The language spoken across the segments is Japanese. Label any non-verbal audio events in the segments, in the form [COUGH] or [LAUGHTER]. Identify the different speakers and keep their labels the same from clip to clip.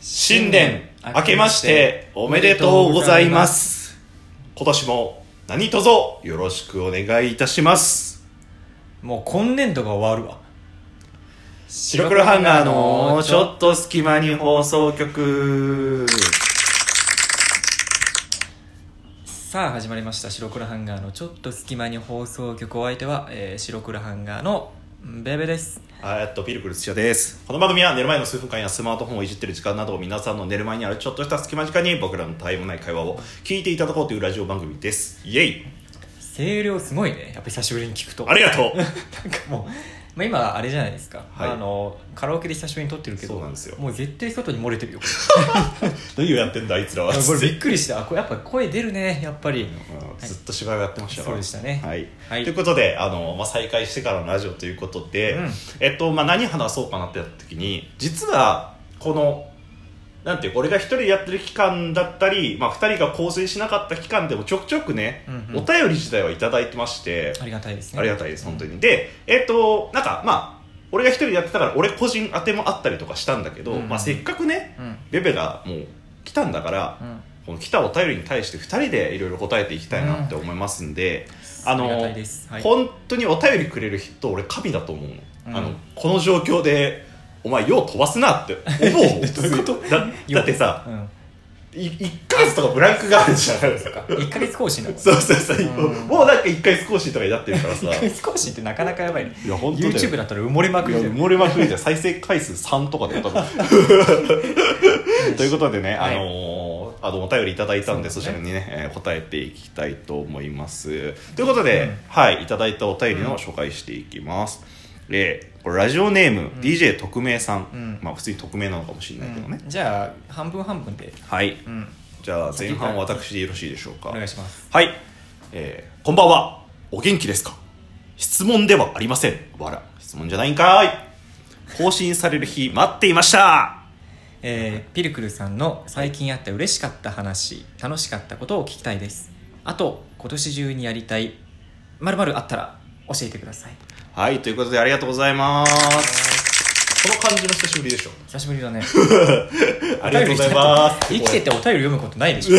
Speaker 1: 新年明けましておめでとうございます今年も何卒よろしくお願いいたします
Speaker 2: もう今年度が終わるわ
Speaker 1: 白黒ハンガーのちょっと隙間に放送局
Speaker 2: さあ始まりました白黒ハンガーのちょっと隙間に放送局お相手は、えー白黒ハンガーのベベです
Speaker 1: あーっとピルクル土屋ですこの番組は寝る前の数分間やスマートフォンをいじってる時間などを皆さんの寝る前にあるちょっとした隙間時間に僕らのタイムない会話を聞いていただこうというラジオ番組ですイエイ
Speaker 2: 声量すごいねやっぱ久しぶりに聞くと
Speaker 1: ありが [LAUGHS] とう
Speaker 2: [LAUGHS] なんかもうまあ今あれじゃないですか、
Speaker 1: はい
Speaker 2: あのカラオケで久しぶりに撮ってるけど
Speaker 1: そうなんですよ
Speaker 2: もう絶対外に漏れてる
Speaker 1: [LAUGHS]
Speaker 2: よ
Speaker 1: 何をやってん [LAUGHS] だあいつらは
Speaker 2: これびっくりしたあこれやっぱ声出るねやっぱり
Speaker 1: うんずっと芝居をやってましたわ
Speaker 2: そうでしたね
Speaker 1: はい
Speaker 2: はい
Speaker 1: ということであの、まあ、再開してからのラジオということで、
Speaker 2: うん
Speaker 1: えっとまあ、何話そうかなってやった時に実はこのなんていうか俺が一人でやってる期間だったり、まあ、二人が構成しなかった期間でもちょくちょくね、
Speaker 2: うん
Speaker 1: お
Speaker 2: うん
Speaker 1: 便り自体はいただいてまして、
Speaker 2: ありがたいですね
Speaker 1: ありがたいです本当にでえっとなんかまあ俺が一人でやってたから俺個人当てもあったりとかしたんだけど、
Speaker 2: うんうん
Speaker 1: まあ、せっかくね
Speaker 2: うん
Speaker 1: ベベがもう来たんだから、
Speaker 2: うん
Speaker 1: この来たお便りに対して2人でいろいろ答えていきたいなって思いますんで、あの
Speaker 2: ありがたいですはい
Speaker 1: 本当にお便りくれる人俺神だと思うの,、
Speaker 2: うん
Speaker 1: あのこの状況でお前よう飛ばすなって思
Speaker 2: [LAUGHS]
Speaker 1: うどういうことだだってさ
Speaker 2: うん
Speaker 1: 1か月とかブランクがあるじゃないですか
Speaker 2: 1ヶ月更新だもん
Speaker 1: そうそうそう、
Speaker 2: うん
Speaker 1: もうなんか1回少しとかになってる
Speaker 2: [LAUGHS]
Speaker 1: からさ
Speaker 2: 1ヶ月更新ってなかなかやばいね
Speaker 1: いや本当だよ
Speaker 2: YouTube だったら埋もれまく
Speaker 1: い
Speaker 2: り
Speaker 1: や
Speaker 2: だよ
Speaker 1: 埋もれまくりで再生回数3とかだよ多分ということでね、
Speaker 2: はい
Speaker 1: あのーあのお便りいただいたんでそ,、
Speaker 2: そう
Speaker 1: ち
Speaker 2: だ
Speaker 1: ら
Speaker 2: ね
Speaker 1: にね、えー答えていきたいと思いますということで、
Speaker 2: うん
Speaker 1: はいいただいたお便りの紹介していきます、えーこれラジオネーム、DJ 特命さん、
Speaker 2: うん
Speaker 1: まあ普通に匿名なのかもしれないけどね、
Speaker 2: うんじゃあ半分半分で、
Speaker 1: はい
Speaker 2: うん、
Speaker 1: じゃあ前半私でよろしいでしょうか
Speaker 2: お願いします
Speaker 1: はい、えーこんばんはお元気ですか質問ではありませんわら質問じゃないんかい更新される日待っていました
Speaker 2: えーピルクルさんの最近あった嬉しかった話楽しかったことを聞きたいですあと今年中にやりたいまるまるあったら教えてください
Speaker 1: はいということでありがとうございますこの感じの久しぶり
Speaker 2: [LAUGHS]
Speaker 1: でしょ
Speaker 2: 久しぶりだね
Speaker 1: [LAUGHS] ありがとうございます
Speaker 2: [LAUGHS] 生きててお便り読むことないでしょ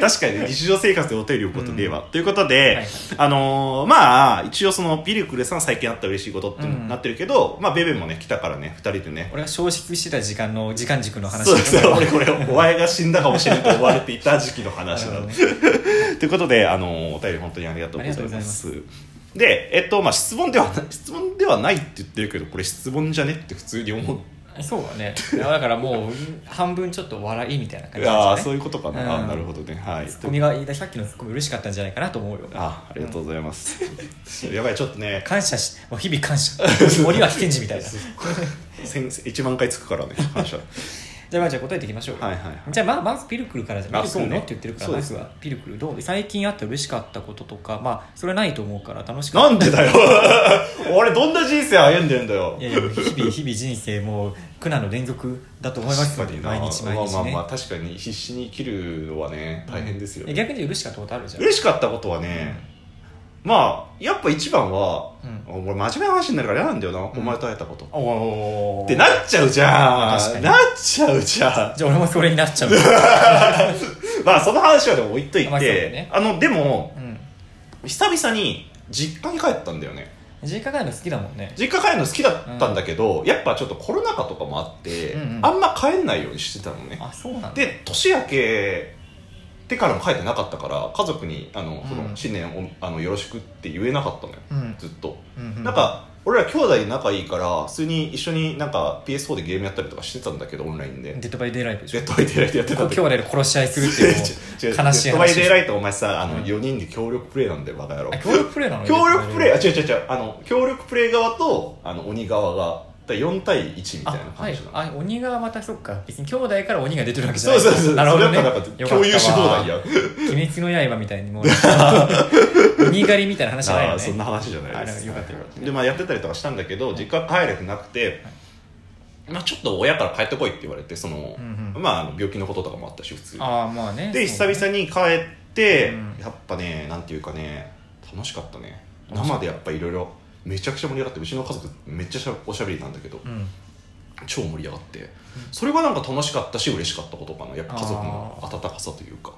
Speaker 1: 確かにね日常生活でお便りをことでは、ということ
Speaker 2: は
Speaker 1: で、
Speaker 2: いはい
Speaker 1: あのーまあ一応そのピルクルさん最近あった嬉しいことっていうのになってるけど、まあベベもね来たからね2人でね
Speaker 2: 俺が消失してた時間の時間軸の話
Speaker 1: そうそう俺これお前が死んだかもしれないと思われていた時期の話な
Speaker 2: なる
Speaker 1: の
Speaker 2: ほど
Speaker 1: [LAUGHS]
Speaker 2: ね
Speaker 1: ということであのお便り本当にありがとうございます
Speaker 2: あ
Speaker 1: でえっとまあ質問ではない質問ではないって言ってるけどこれ質問じゃねって普通に思う、
Speaker 2: そうだねいやだからもう半分ちょっと笑いみたいな感じ
Speaker 1: ああ
Speaker 2: で
Speaker 1: ー
Speaker 2: す
Speaker 1: そう
Speaker 2: ね
Speaker 1: いうことかな、
Speaker 2: うん
Speaker 1: あーなるほどねはい
Speaker 2: ツッコミが言いたさっきのツッコミ嬉しかったんじゃないかなと思うよ
Speaker 1: あーありがとうございます、やばいちょっとね
Speaker 2: 感謝しもう日々
Speaker 1: [LAUGHS]
Speaker 2: 感謝森は非天使みたいなじ
Speaker 1: 先1万回つくからね感謝
Speaker 2: ゃあまあじゃあ答えていきましょうよ
Speaker 1: はいはいはい
Speaker 2: じゃあまあまずピルクルからじゃ
Speaker 1: あ
Speaker 2: あピルクルの
Speaker 1: そうね
Speaker 2: って言ってるから
Speaker 1: そう
Speaker 2: ま
Speaker 1: です
Speaker 2: ずはピルクルどう最近あった嬉しかったこととかまあそれ [LAUGHS] はないと思うから楽しか
Speaker 1: な
Speaker 2: った
Speaker 1: んでだよ [LAUGHS] 俺どんな人生歩んでんだよ
Speaker 2: いやいや日々日々人生もう苦難の連続だと思いますよ
Speaker 1: 確か
Speaker 2: 毎
Speaker 1: にな
Speaker 2: 日毎
Speaker 1: ま
Speaker 2: 日
Speaker 1: あまあまあ
Speaker 2: ね
Speaker 1: 確かに必死に生きるのはね大変ですよね、
Speaker 2: え逆に嬉しかったことあるじゃん
Speaker 1: 嬉しかったことはね、まあやっぱ一番は、
Speaker 2: う
Speaker 1: 俺真面目な話になるから嫌なんだよな、お前と会えたことっ
Speaker 2: おお
Speaker 1: てなっちゃうじゃ
Speaker 2: 確か
Speaker 1: ん
Speaker 2: に
Speaker 1: なっちゃうじゃん
Speaker 2: じゃあ俺もそれになっちゃう
Speaker 1: まあその話はでも置いといて、
Speaker 2: まあそうだね
Speaker 1: あのでも
Speaker 2: うん
Speaker 1: 久々に実家に帰ったんだよね
Speaker 2: 実家帰るの好きだもんね
Speaker 1: 実家帰るの好きだったんだけど、やっぱちょっとコロナ禍とかもあって、
Speaker 2: うんうん
Speaker 1: あんま帰んないようにしてたのね
Speaker 2: あそうなんだ
Speaker 1: で年明けてからも帰ってなかったから家族にあのその
Speaker 2: うん
Speaker 1: 新年をあのよろしくって言えなかったのよ、
Speaker 2: うん
Speaker 1: ずっと
Speaker 2: うん
Speaker 1: なんか俺ら兄弟仲いいから普通に一緒になんか PS4 でゲームやったりとかしてたんだけどオンライン
Speaker 2: デ
Speaker 1: で
Speaker 2: ッドバイデイライトでしょ
Speaker 1: デッドバイデイライトやってたんだけ
Speaker 2: 兄
Speaker 1: ど
Speaker 2: 弟で殺し合いするってい
Speaker 1: [LAUGHS]
Speaker 2: う
Speaker 1: 違う違う
Speaker 2: 悲しい
Speaker 1: デッ
Speaker 2: 話
Speaker 1: ドバイデイライトお前さあの
Speaker 2: うん
Speaker 1: 4人で協力プレイなんだよバカ野郎
Speaker 2: あ協力プレイなのね
Speaker 1: 協力プレイあ違う違う違うあの協力プレイ側とあの鬼側がだから4対1み
Speaker 2: あ
Speaker 1: たいな
Speaker 2: は
Speaker 1: 感
Speaker 2: い
Speaker 1: じなの、
Speaker 2: あ鬼がまたそっか別に兄弟から鬼が出てるわけじゃ
Speaker 1: そ
Speaker 2: な
Speaker 1: う
Speaker 2: い
Speaker 1: そうそう
Speaker 2: [LAUGHS] なるほどね
Speaker 1: それやっぱなんか共有し放題や
Speaker 2: よ
Speaker 1: ん
Speaker 2: 鬼滅の刃みたいに
Speaker 1: [LAUGHS]
Speaker 2: もう鬼狩りみたいな話じゃない
Speaker 1: あ
Speaker 2: よ
Speaker 1: ー
Speaker 2: ね
Speaker 1: そんな話じゃないです
Speaker 2: あよかったよかった
Speaker 1: で、まあ、やってたりとかしたんだけど実家帰れてなくて、まあ、ちょっと親から帰ってこいって言われてその、
Speaker 2: うんう
Speaker 1: まああの病気のこととかもあったし普通に
Speaker 2: ああまあね
Speaker 1: で
Speaker 2: そ
Speaker 1: 久
Speaker 2: う
Speaker 1: 々
Speaker 2: ね
Speaker 1: に帰って、
Speaker 2: うん
Speaker 1: やっぱねなんていうかね楽しかったね
Speaker 2: 楽しかった
Speaker 1: 生でやっぱいろいろめちゃくちゃ盛り上がってうちの家族めっちゃしゃおしゃべりなんだけど、
Speaker 2: うん
Speaker 1: 超盛り上がってそれがなんか楽しかったし嬉しかったことかなやっぱ家族の温かさというか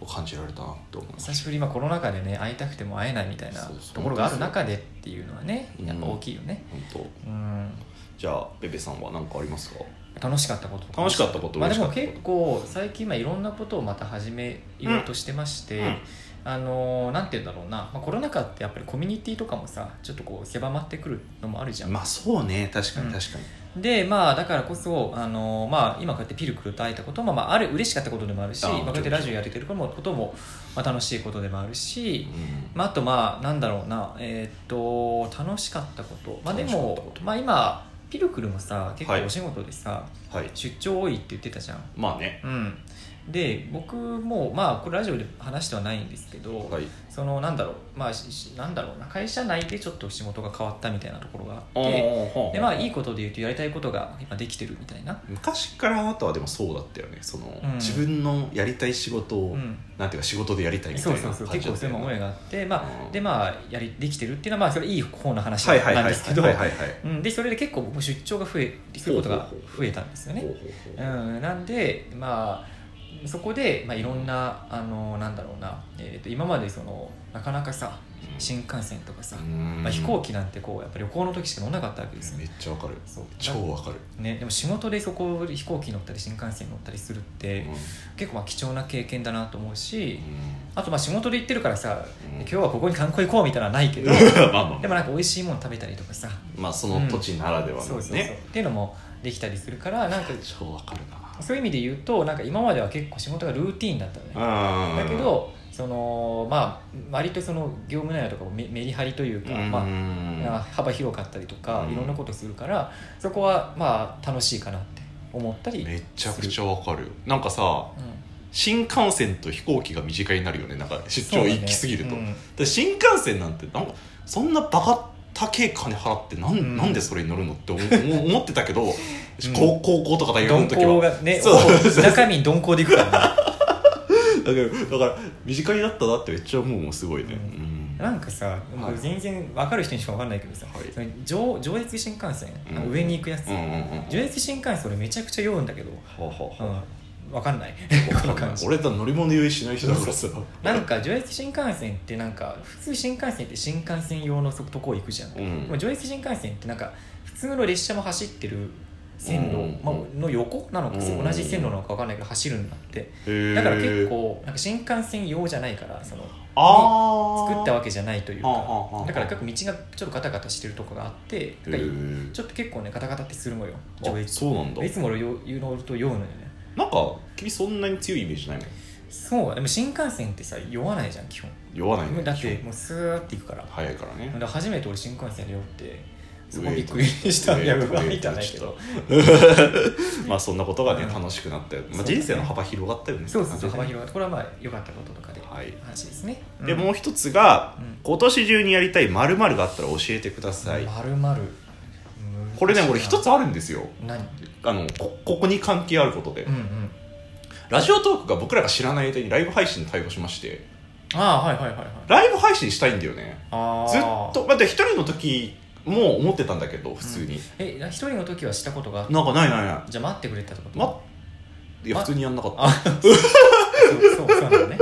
Speaker 1: を感じられたなって思います
Speaker 2: 久しぶり今コロナ禍でね会いたくても会えないみたいな
Speaker 1: そうそう
Speaker 2: ところがある中でっていうのはね
Speaker 1: うん
Speaker 2: やっぱ大きいよね、
Speaker 1: 本当
Speaker 2: うん、
Speaker 1: じゃあベベさんは何かありますか
Speaker 2: 楽しかったこと
Speaker 1: 楽しかったこと
Speaker 2: まあ、
Speaker 1: 嬉
Speaker 2: で
Speaker 1: しか
Speaker 2: も
Speaker 1: ったこと
Speaker 2: 結構最近今いろんなことをまた始めようとしてまして、
Speaker 1: うんうん
Speaker 2: あのーなんて言うんだろうな、まあ、コロナ禍ってやっぱりコミュニティとかもさちょっとこう狭まってくるのもあるじゃん、
Speaker 1: まあそうね確か
Speaker 2: う
Speaker 1: に
Speaker 2: ん
Speaker 1: 確かに、
Speaker 2: でまあだからこそ、あのーまあ、今こうやってピルクルと会えたことも、まあ、ある嬉しかったことでもあるし
Speaker 1: あー
Speaker 2: まあ、こうやっ
Speaker 1: もち
Speaker 2: て
Speaker 1: ろん
Speaker 2: ラジオやれてることもことも、まあ、楽しいことでもあるし、
Speaker 1: うん
Speaker 2: まあ、あとまあなんだろうなえーっと楽しかったことまあで
Speaker 1: 楽しかっ
Speaker 2: も
Speaker 1: たこと
Speaker 2: まあ今ピルクルもさ結
Speaker 1: はい
Speaker 2: 構お仕事でさ、
Speaker 1: はい
Speaker 2: 出張多いって言ってたじゃん
Speaker 1: まあね
Speaker 2: うんで僕もまあこれラジオで話してはないんですけど、
Speaker 1: はい
Speaker 2: そのなんだろうまあししなんだろうな会社内でちょっと仕事が変わったみたいなところがあってでまあいいことで言うとやりたいことが今できてるみたいな
Speaker 1: 昔からあとはでもそうだったよねその、
Speaker 2: うん
Speaker 1: 自分のやりたい仕事を、
Speaker 2: うん
Speaker 1: なんていうか仕事でやりたいみた
Speaker 2: そ
Speaker 1: いうな
Speaker 2: そ
Speaker 1: 感
Speaker 2: う
Speaker 1: じ
Speaker 2: そ
Speaker 1: だ
Speaker 2: う
Speaker 1: ったよね
Speaker 2: 結構そういう思いがあってま
Speaker 1: うん
Speaker 2: あでまあやりできてるっていうのはまあそれいい方の話
Speaker 1: はいはいはい
Speaker 2: な
Speaker 1: は
Speaker 2: ん
Speaker 1: い
Speaker 2: ですけど
Speaker 1: はいはいはい
Speaker 2: うんでそれで結構僕も出張が増えすることが増えたんですよね
Speaker 1: ほうほう
Speaker 2: う、
Speaker 1: ほうん
Speaker 2: なんでまあそこで、まあ、いろんなあのなんだろうな、えー、と今までそのなかなかさ新幹線とかさ、
Speaker 1: うん
Speaker 2: まあ、飛行機なんてこうやっぱ旅行の時しか乗んなかったわけですよ
Speaker 1: め
Speaker 2: ね
Speaker 1: っちゃわかる
Speaker 2: そう
Speaker 1: 超わかる、
Speaker 2: ね、でも仕事でそこ飛行機乗ったり新幹線乗ったりするって結構まあ貴重な経験だなと思うし
Speaker 1: う
Speaker 2: あとまあ仕事で行ってるからさ、
Speaker 1: うん
Speaker 2: 今日はここに観光行こうみたいなのはないけど
Speaker 1: んまあまあ
Speaker 2: でもなんか美味しいもの食べたりとかさ、
Speaker 1: まあその土地ならでは
Speaker 2: そ
Speaker 1: の
Speaker 2: うそうそうっ
Speaker 1: ね、
Speaker 2: ていうのもできたりするからなんか
Speaker 1: 超わかるな
Speaker 2: そういう意味で言うとなんか今までは結構仕事がルーティーンだったのね
Speaker 1: あ
Speaker 2: だけどそのまあ割とその業務内容とかもメメリハリというか、まあ
Speaker 1: ま
Speaker 2: 幅広かったりとか、
Speaker 1: うん
Speaker 2: いろんなことするからそこはまあ楽しいかなって思ったり
Speaker 1: めちゃくちゃわかるなんかさ
Speaker 2: うん
Speaker 1: 新幹線と飛行機が短いになるよねなんか出
Speaker 2: そう
Speaker 1: 張
Speaker 2: だね
Speaker 1: 行きすぎると、
Speaker 2: うん
Speaker 1: で新幹線なんてなんかそんなバカ高い金払ってなん,、
Speaker 2: うん
Speaker 1: なんでそれに乗るのって思 [LAUGHS] 思思ってたけど、高高校とか大学の
Speaker 2: 鈍
Speaker 1: 時
Speaker 2: 行
Speaker 1: は
Speaker 2: がね
Speaker 1: そう
Speaker 2: ほぼ中身に鈍行で行く
Speaker 1: [LAUGHS]
Speaker 2: からね
Speaker 1: だからだから短いだったなってめっちゃ思うもんすごいね、
Speaker 2: うん
Speaker 1: うん
Speaker 2: なんかさ、もう全然分かる人にしか分かんないけどさ、
Speaker 1: はい
Speaker 2: その上上越新幹線、
Speaker 1: うん
Speaker 2: 上に行くやつ、
Speaker 1: うんうんうん
Speaker 2: 上越新幹線俺めちゃくちゃ酔うんだけど、
Speaker 1: は
Speaker 2: う
Speaker 1: はは
Speaker 2: ん、分かんないこの
Speaker 1: わかん
Speaker 2: 感
Speaker 1: ない
Speaker 2: じ
Speaker 1: 俺だ乗り物酔いしない人だからさ
Speaker 2: なんか上越新幹線ってなんか普通新幹線って新幹線用のそとこ行くじゃん、
Speaker 1: う
Speaker 2: でも
Speaker 1: ん
Speaker 2: 上越新幹線ってなんか普通の列車も走ってる線路、
Speaker 1: うん
Speaker 2: まあの横なのか、
Speaker 1: うん
Speaker 2: 同じ線路なのか分かんないけど走るんだって
Speaker 1: へー
Speaker 2: だから結構なんか新幹線用じゃないからその
Speaker 1: あ
Speaker 2: 作ったわ
Speaker 1: け
Speaker 2: けじゃないという
Speaker 1: あーあーあ
Speaker 2: か
Speaker 1: ー
Speaker 2: だから結構道がちょっとガタガタしてるとこがあってだからちょっと結構ねガタガタってするのよ上越
Speaker 1: そうなんだ
Speaker 2: いつも俺よ言うのと酔うのよね
Speaker 1: なんか君そんなに強いイメージないの
Speaker 2: そうでも新幹線ってさ酔わないじゃん基本
Speaker 1: 酔わないね
Speaker 2: だってもうスーって行くから
Speaker 1: 早いからね
Speaker 2: で初めて俺新幹線で酔ってそこびっくりしたいや
Speaker 1: 上
Speaker 2: 上
Speaker 1: と
Speaker 2: [LAUGHS] は見てないけど
Speaker 1: まあそんなことが [LAUGHS] ね
Speaker 2: うん
Speaker 1: 楽しくなったよ、ま
Speaker 2: そ
Speaker 1: あ、
Speaker 2: うだね
Speaker 1: 人生の幅広がったよね
Speaker 2: そうそうそう
Speaker 1: って
Speaker 2: 幅
Speaker 1: 感じでね
Speaker 2: 広がってこれはまあ良かったこととかで
Speaker 1: はい
Speaker 2: 話ですね、
Speaker 1: で
Speaker 2: うん
Speaker 1: もう一つが、
Speaker 2: うん
Speaker 1: 今年中にやりたいまるがあったら教えてください、
Speaker 2: まるまる
Speaker 1: これね俺一つあるんですよ
Speaker 2: 何うん
Speaker 1: あのこここに関係あることで、
Speaker 2: うん
Speaker 1: ラジオトークが僕らが知らない間にライブ配信に対応しまして
Speaker 2: ああはいはいはいはい
Speaker 1: ライブ配信したいんだよね
Speaker 2: あー
Speaker 1: ずっとまあで一人の時も思ってたんだけど普通に、
Speaker 2: え一人の時はしたことがあっ
Speaker 1: なんかないないない
Speaker 2: じゃあ待ってくれたってこと
Speaker 1: まいや
Speaker 2: ま
Speaker 1: 普通にやんなかった
Speaker 2: あそうそうそうなのね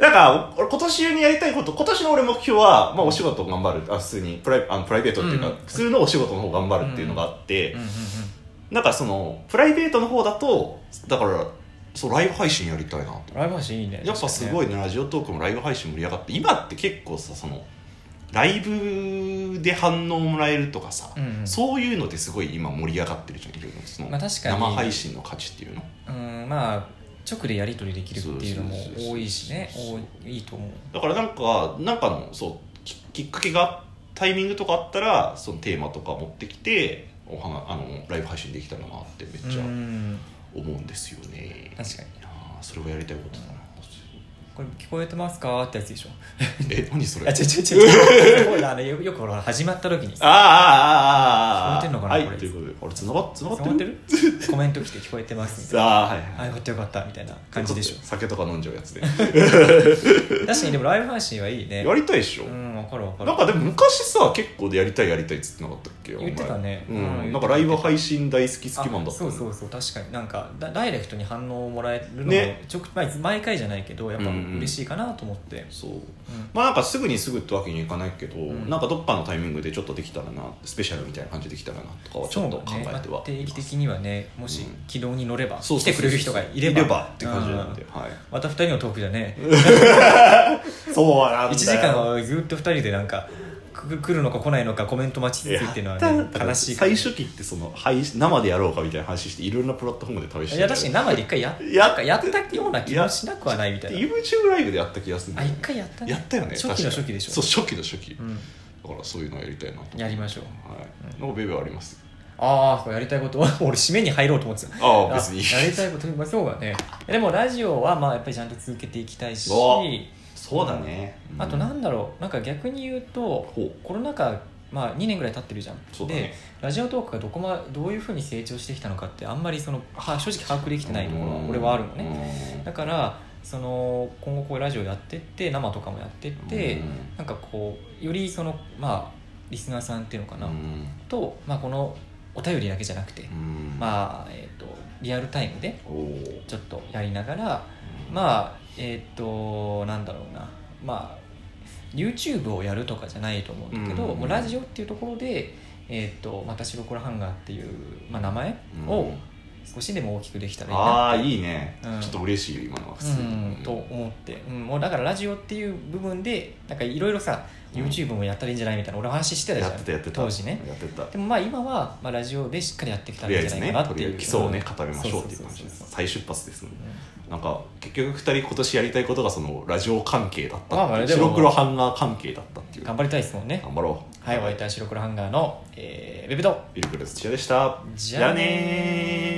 Speaker 1: なんか俺今年中にやりたいこと今年の俺目標は、まあ、お仕事を頑張るあ普通にプライあのプライベートっていうか、
Speaker 2: うん
Speaker 1: 普通のお仕事の方を頑張るっていうのがあって、
Speaker 2: うんうんうん
Speaker 1: なんかそのプライベートの方だとだからそうライブ配信やりたいなと
Speaker 2: ライブ配信いいね
Speaker 1: やっぱすご
Speaker 2: い
Speaker 1: いねラジオトークもライブ配信盛り上がって今って結構さそのライブで反応もらえるとかさ、
Speaker 2: うんうん
Speaker 1: そういうのですごい今盛り上がってるじゃんいろいろその
Speaker 2: まあ確かに
Speaker 1: 生配信の価値っていうの
Speaker 2: うんまあ直でやり取りできるっていうのも
Speaker 1: そうそうそうそう
Speaker 2: 多いしね多いいいと思う
Speaker 1: だからなんかなんかのそうききっかけがタイミングとかあったらそのテーマとか持ってきておはなあのライブ配信できたらなってめっちゃ
Speaker 2: うん
Speaker 1: 思うんですよね、
Speaker 2: 確かに
Speaker 1: いやーそれがやりたいことだな、
Speaker 2: これ聞こえてますかってやつでしょ
Speaker 1: え何それ
Speaker 2: あ
Speaker 1: あ
Speaker 2: 違う違う違うそうだあのよよくほら始まった時に
Speaker 1: あ
Speaker 2: さ
Speaker 1: ああああああ
Speaker 2: 聞こえてんのかな
Speaker 1: はい
Speaker 2: これ
Speaker 1: ということであれ繋が繋がって
Speaker 2: 伝わ
Speaker 1: る
Speaker 2: ってるコメント来て聞こえてますみたい
Speaker 1: ああはい
Speaker 2: なあ
Speaker 1: はい
Speaker 2: よかったよかったみたいな感じでしょ
Speaker 1: 酒とか飲んじゃうやつで
Speaker 2: 確かにでもライブ配信はいいね
Speaker 1: やりたいでしょ、
Speaker 2: うんわかるわかる
Speaker 1: なんかでも昔さ結構でやりたいやりたいっつってなかったっけ
Speaker 2: 言ってたね
Speaker 1: お
Speaker 2: うん
Speaker 1: 前うん、
Speaker 2: 言ってた
Speaker 1: なんかライブ配信大好き好きマンだ
Speaker 2: あ
Speaker 1: った
Speaker 2: そ
Speaker 1: もん
Speaker 2: う
Speaker 1: ね
Speaker 2: そうそう確かになんかダダイレクトに反応をもらえるのも、
Speaker 1: ね
Speaker 2: ちょまあ毎回じゃないけどやっぱ
Speaker 1: うんうん
Speaker 2: 嬉しいかなと思って、
Speaker 1: そう
Speaker 2: うん
Speaker 1: まあなんかすぐにすぐってわけにいかないけど、
Speaker 2: ん
Speaker 1: なんかどっかのタイミングでちょっとできたらなスペシャルみたいな感じできたらなとかはちょっと考えては
Speaker 2: そうねまあ定期的にはねもし
Speaker 1: うん
Speaker 2: 軌道に乗れば、
Speaker 1: そう
Speaker 2: 来
Speaker 1: そうそう
Speaker 2: てくれる人がいれば
Speaker 1: いればって感じなんで、
Speaker 2: うん
Speaker 1: はい、
Speaker 2: また2人のトークじゃね
Speaker 1: そうなんだよ
Speaker 2: 1時間はずっと2人でなんかく来るのか来ないのかコメント待ちつつっていうのはね悲しいか
Speaker 1: 最
Speaker 2: ら
Speaker 1: 初期ってその配信生でやろうかみたいな話していろんなプラットフォームで試して
Speaker 2: いや確かに生で一回や
Speaker 1: や
Speaker 2: なんかやったような気もしなくはないみたいな
Speaker 1: YouTube ライブでやった気がするんだ
Speaker 2: あ
Speaker 1: よ
Speaker 2: 一
Speaker 1: ね
Speaker 2: 回やったね
Speaker 1: やったよね
Speaker 2: 初期の初期でし
Speaker 1: 確か
Speaker 2: ょ
Speaker 1: にそう初期の初期、
Speaker 2: うん、
Speaker 1: だからそういうのやりたいなと
Speaker 2: やりましょう
Speaker 1: はいのベベはあります
Speaker 2: ああやりたいこと [LAUGHS] 俺締めに入ろうと思ってた
Speaker 1: ああ別に
Speaker 2: やりたいことまあそうだねでもラジオはまあやっぱりちゃんと続けていきたいし
Speaker 1: おそうだね、
Speaker 2: あとなんだろうなんか逆に言うと
Speaker 1: ほう
Speaker 2: コロナ禍まあ2年ぐらい経ってるじゃん
Speaker 1: そうだね
Speaker 2: でラジオトークがどこまどういうふうに成長してきたのかってあんまりそのは正直把握できてないところは俺はあるのね
Speaker 1: ね
Speaker 2: だからその今後こういうラジオやってって生とかもやってって、なんかこうよりそのまあリスナーさんっていうのかな、と、まあ、このお便りだけじゃなくて、
Speaker 1: あ
Speaker 2: まあえっ、とリアルタイムで
Speaker 1: おー
Speaker 2: ちょっとやりながらまあえっ、となんだろうなまあ YouTube をやるとかじゃないと思うんだけど、
Speaker 1: うん
Speaker 2: もうラジオっていうところで「えっとまた白黒ハンガー」っていう、まあ、名前を少しでも大きくできたらいいな
Speaker 1: ああいいね、
Speaker 2: うん
Speaker 1: ちょっと嬉しいよ今のは普通に、
Speaker 2: うん、と思って、うん、もうだからラジオっていう部分でなんかいろいろさ
Speaker 1: うん
Speaker 2: YouTube もやったらいいんじゃないみたいな俺話してたじゃ
Speaker 1: や
Speaker 2: ん
Speaker 1: ってたやってた
Speaker 2: 当時ね
Speaker 1: やってた
Speaker 2: でもまあ今は、まあ、ラジオでしっかりやってきた
Speaker 1: と
Speaker 2: ら
Speaker 1: りあ
Speaker 2: いい
Speaker 1: え
Speaker 2: んじゃ
Speaker 1: ず
Speaker 2: ない
Speaker 1: ね
Speaker 2: かなっ
Speaker 1: と
Speaker 2: て
Speaker 1: りあ
Speaker 2: い
Speaker 1: え
Speaker 2: う
Speaker 1: ず基礎をね固めましょうっていう
Speaker 2: そ
Speaker 1: 感じ
Speaker 2: そ
Speaker 1: で
Speaker 2: そ
Speaker 1: す
Speaker 2: そ
Speaker 1: 再出発ですね
Speaker 2: うん
Speaker 1: なんか結局二人今年やりたいことがそのラジオ関係だったっていう
Speaker 2: まあまあでも
Speaker 1: 白黒ハンガー関係だったっていう
Speaker 2: 頑張りたいですもんね
Speaker 1: 頑張ろう
Speaker 2: はいお相手は白黒ハンガーの、えー、ウェブド
Speaker 1: ビルクルスチアでした
Speaker 2: じゃあねー